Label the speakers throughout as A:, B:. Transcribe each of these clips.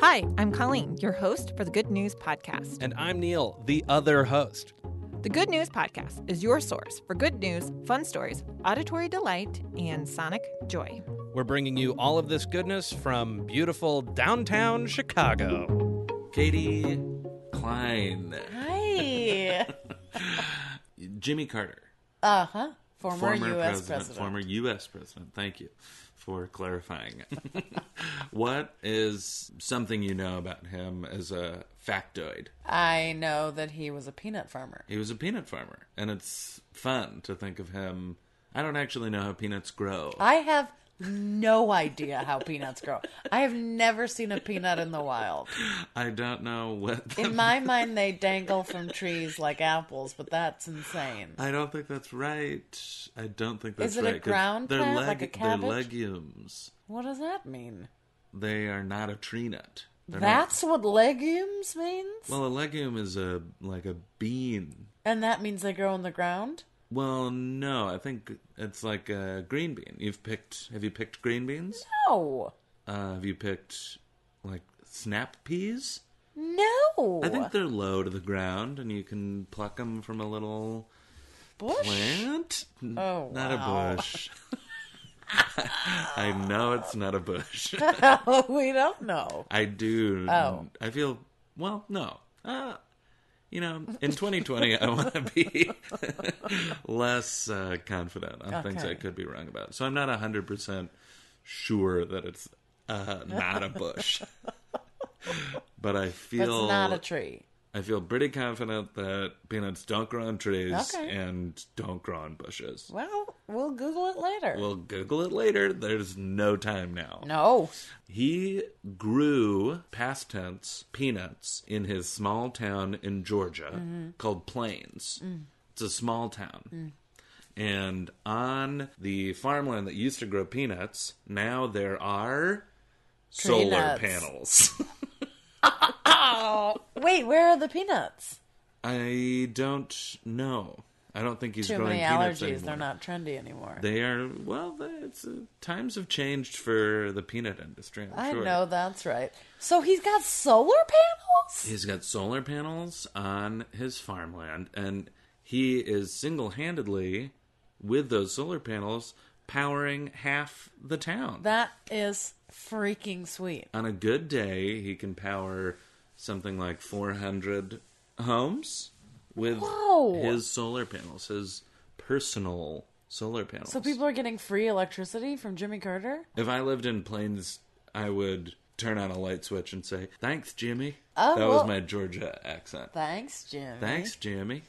A: Hi, I'm Colleen, your host for the Good News Podcast.
B: And I'm Neil, the other host.
A: The Good News Podcast is your source for good news, fun stories, auditory delight, and sonic joy.
B: We're bringing you all of this goodness from beautiful downtown Chicago.
C: Katie Klein,
D: Hi.
C: Jimmy Carter,
D: Uh huh. Former, U.S. president.
C: former U.S. president. Thank you for clarifying. what is something you know about him as a factoid?
D: I know that he was a peanut farmer.
C: He was a peanut farmer, and it's fun to think of him. I don't actually know how peanuts grow.
D: I have no idea how peanuts grow. I have never seen a peanut in the wild.
C: I don't know what.
D: In my mind, they dangle from trees like apples, but that's insane.
C: I don't think that's right. I don't think that's
D: it a
C: right. 'cause
D: ground
C: they're
D: plant, like a cabbage?
C: They're legumes.
D: What does that mean?
C: They are not a tree nut. They're not-
D: That's what legumes means?
C: Well, a legume is a like a bean.
D: And that means they grow in the ground?
C: Well, no, I think it's like a green bean. You've picked. Have you picked green beans?
D: No.
C: Uh, have you picked like snap peas?
D: No.
C: I think they're low to the ground, and you can pluck them from a little
D: Bush?
C: plant.
D: Oh,
C: not a
D: wow.
C: bush. I know it's not a bush.
D: we don't know.
C: I do.
D: Oh.
C: I feel well. No. Uh, you know, in 2020, I want to be less uh, confident on things I
D: Okay.
C: could be wrong about. So I'm not 100 percent sure that it's uh, not a bush, but I
D: That's
C: feel
D: not a tree.
C: I feel pretty confident that peanuts don't grow on trees
D: Okay.
C: and don't grow on bushes.
D: Well, we'll Google it later.
C: We'll Google it later. There's no time now.
D: no.
C: He grew past tense peanuts in his small town in Georgia called Plains. It's a small town. And on the farmland that used to grow peanuts, now there are solar
D: Peanuts.
C: panels.
D: Oh, wait, where are the peanuts?
C: I don't know. I don't think he's
D: Too
C: growing
D: many
C: peanuts
D: allergies.
C: anymore.
D: They're not trendy anymore.
C: They are well. the- It's uh, times have changed for the peanut industry. I'm
D: I
C: sure.
D: know that's right. So he's got solar panels?
C: He's got solar panels on his farmland, and he is single handedly, with those solar panels, powering half the town.
D: That is freaking sweet.
C: on a good day, he can power something like 400 homes with
D: Whoa.
C: his solar panels, his personal solar panels.
D: So people are getting free electricity from Jimmy Carter?
C: If I lived in Plains, I would turn on a light switch and say, Thanks, Jimmy.
D: Oh,
C: that was
D: well-
C: my Georgia accent.
D: Thanks, Jimmy.
C: Thanks, Jimmy.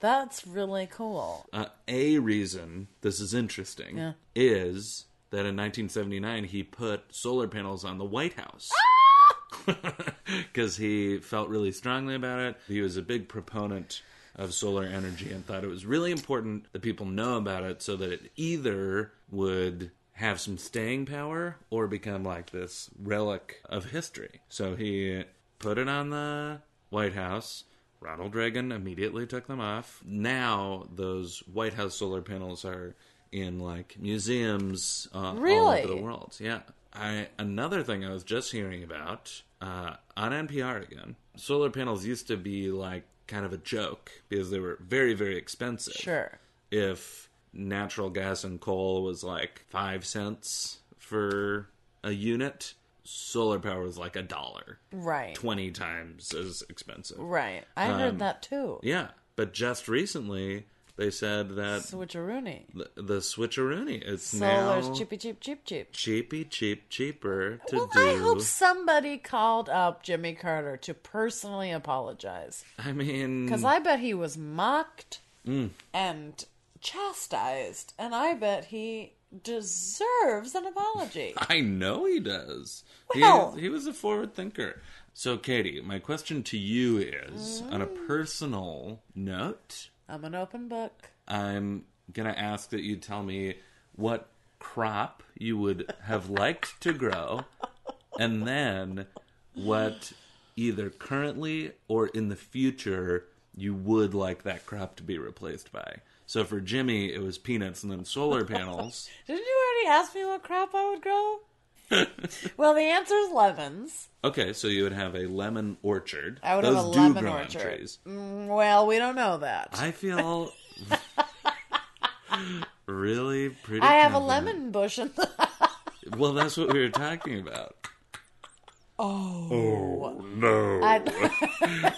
D: That's really cool.
C: Uh, a reason this is interesting
D: Yeah.
C: is that in 1979 he put solar panels on the White House. Because he felt really strongly about it. He was a big proponent of solar energy and thought it was really important that people know about it so that it either would have some staying power or become like this relic of history. So he put it on the White House. Ronald Reagan immediately took them off. Now those White House solar panels are in like museums uh, all
D: Really?
C: over the world. Yeah. I another thing I was just hearing about uh, on NPR again. Solar panels used to be like kind of a joke because they were very very expensive.
D: Sure.
C: If natural gas and coal was like five cents for a unit, solar power was like a dollar,
D: Right.
C: twenty times as expensive.
D: Right. I heard that too.
C: Um, Yeah, but just recently they said that
D: Switcheroony.
C: the, the switcheroony is
D: Solar's
C: now
D: cheapy cheap cheap cheap.
C: cheapy, cheap, cheaper to
D: Well,
C: do.
D: I hope somebody called up Jimmy Carter to personally apologize.
C: I mean,
D: Because I bet he was mocked and chastised, and I bet he deserves an apology.
C: I know he does. He-
D: Well-
C: he, was a forward thinker. So, Katie, my question to you is
D: Mm.
C: on a personal note,
D: I'm an open book.
C: I'm going to ask that you tell me what crop you would have liked to grow, and then what either currently or in the future you would like that crop to be replaced by. So, for Jimmy, it was peanuts and then solar panels.
D: Didn't you already ask me what crop I would grow? Well, the answer is lemons.
C: Okay, so you would have a lemon orchard.
D: I would
C: Those
D: have a
C: do
D: lemon
C: grow on
D: orchard.
C: trees.
D: Mm, Well, we don't know that.
C: I feel really pretty.
D: I have a
C: confident.
D: lemon bush in the.
C: Well, that's what we were talking about.
D: Oh. I'd,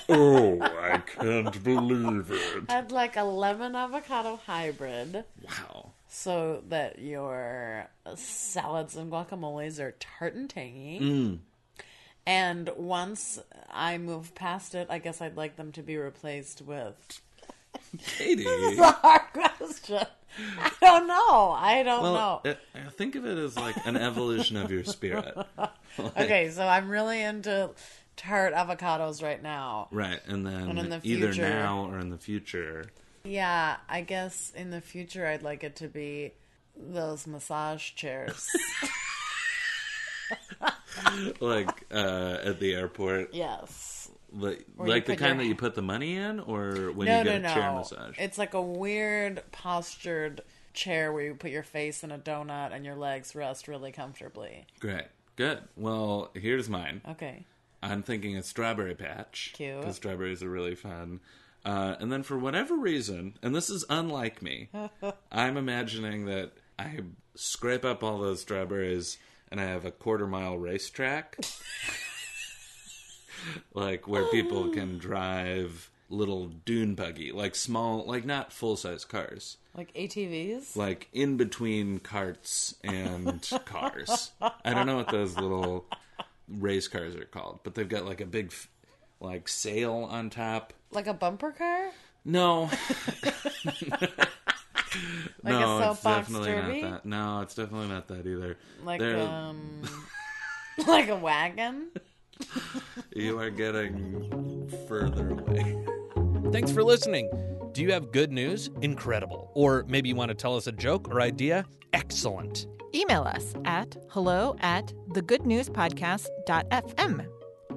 C: Oh, I can't believe it.
D: I'd like a lemon avocado hybrid
C: Wow.
D: so that your salads and guacamoles are tart and tangy. And once I move past it, I guess I'd like them to be replaced with.
C: Katie.
D: It's a hard question. I don't know. I don't
C: Well,
D: know.
C: uh, uh, think of it as like an evolution of your spirit.
D: Okay, so I'm really into tart avocados right now.
C: Right, and then
D: in the
C: either
D: future-
C: now or in the future.
D: Yeah, I guess in the future I'd like it to be those massage chairs.
C: Like uh, at the airport.
D: yes.
C: Like,
D: you
C: like the
D: put
C: kind
D: your-
C: that you put the money in or when
D: No,
C: you
D: no,
C: get a chair
D: no.
C: massage?
D: It's like a weird postured chair where you put your face in a donut and your legs rest really comfortably.
C: Great. Good. Well, here's mine.
D: Okay.
C: I'm thinking a strawberry patch.
D: Cute.
C: Because strawberries are really fun. Uh, and then for whatever reason, and this is unlike me, I'm imagining that I scrape up all those strawberries and I have a quarter mile racetrack. like where people can drive little dune buggy, like small, like not full size cars,
D: Like ATVs?
C: like in between carts and cars. I don't know what those little race cars are called, but they've got like a big f- like sail on top.
D: Like a bumper car?
C: No,
D: Like
C: no,
D: a
C: it's
D: soapbox
C: definitely
D: derby?
C: not that. No, it's definitely not that either.
D: Like
C: They're-
D: um like a wagon?
C: you are getting further away.
B: Thanks for listening. Do you have good news? Incredible. Or maybe you want to tell us a joke or idea? Excellent.
A: Email us at hello at thegoodnewspodcast.fm.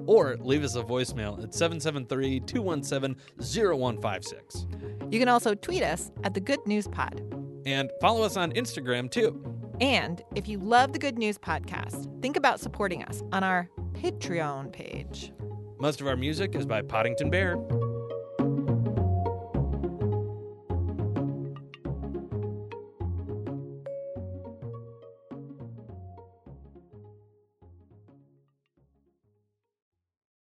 B: Or leave us a voicemail at 773 217 0156.
A: You can also tweet us at the Good News Pod.
B: And follow us on Instagram too.
A: And if you love the Good News Podcast, think about supporting us on our Patreon page.
B: Most of our music is by Poddington Bear.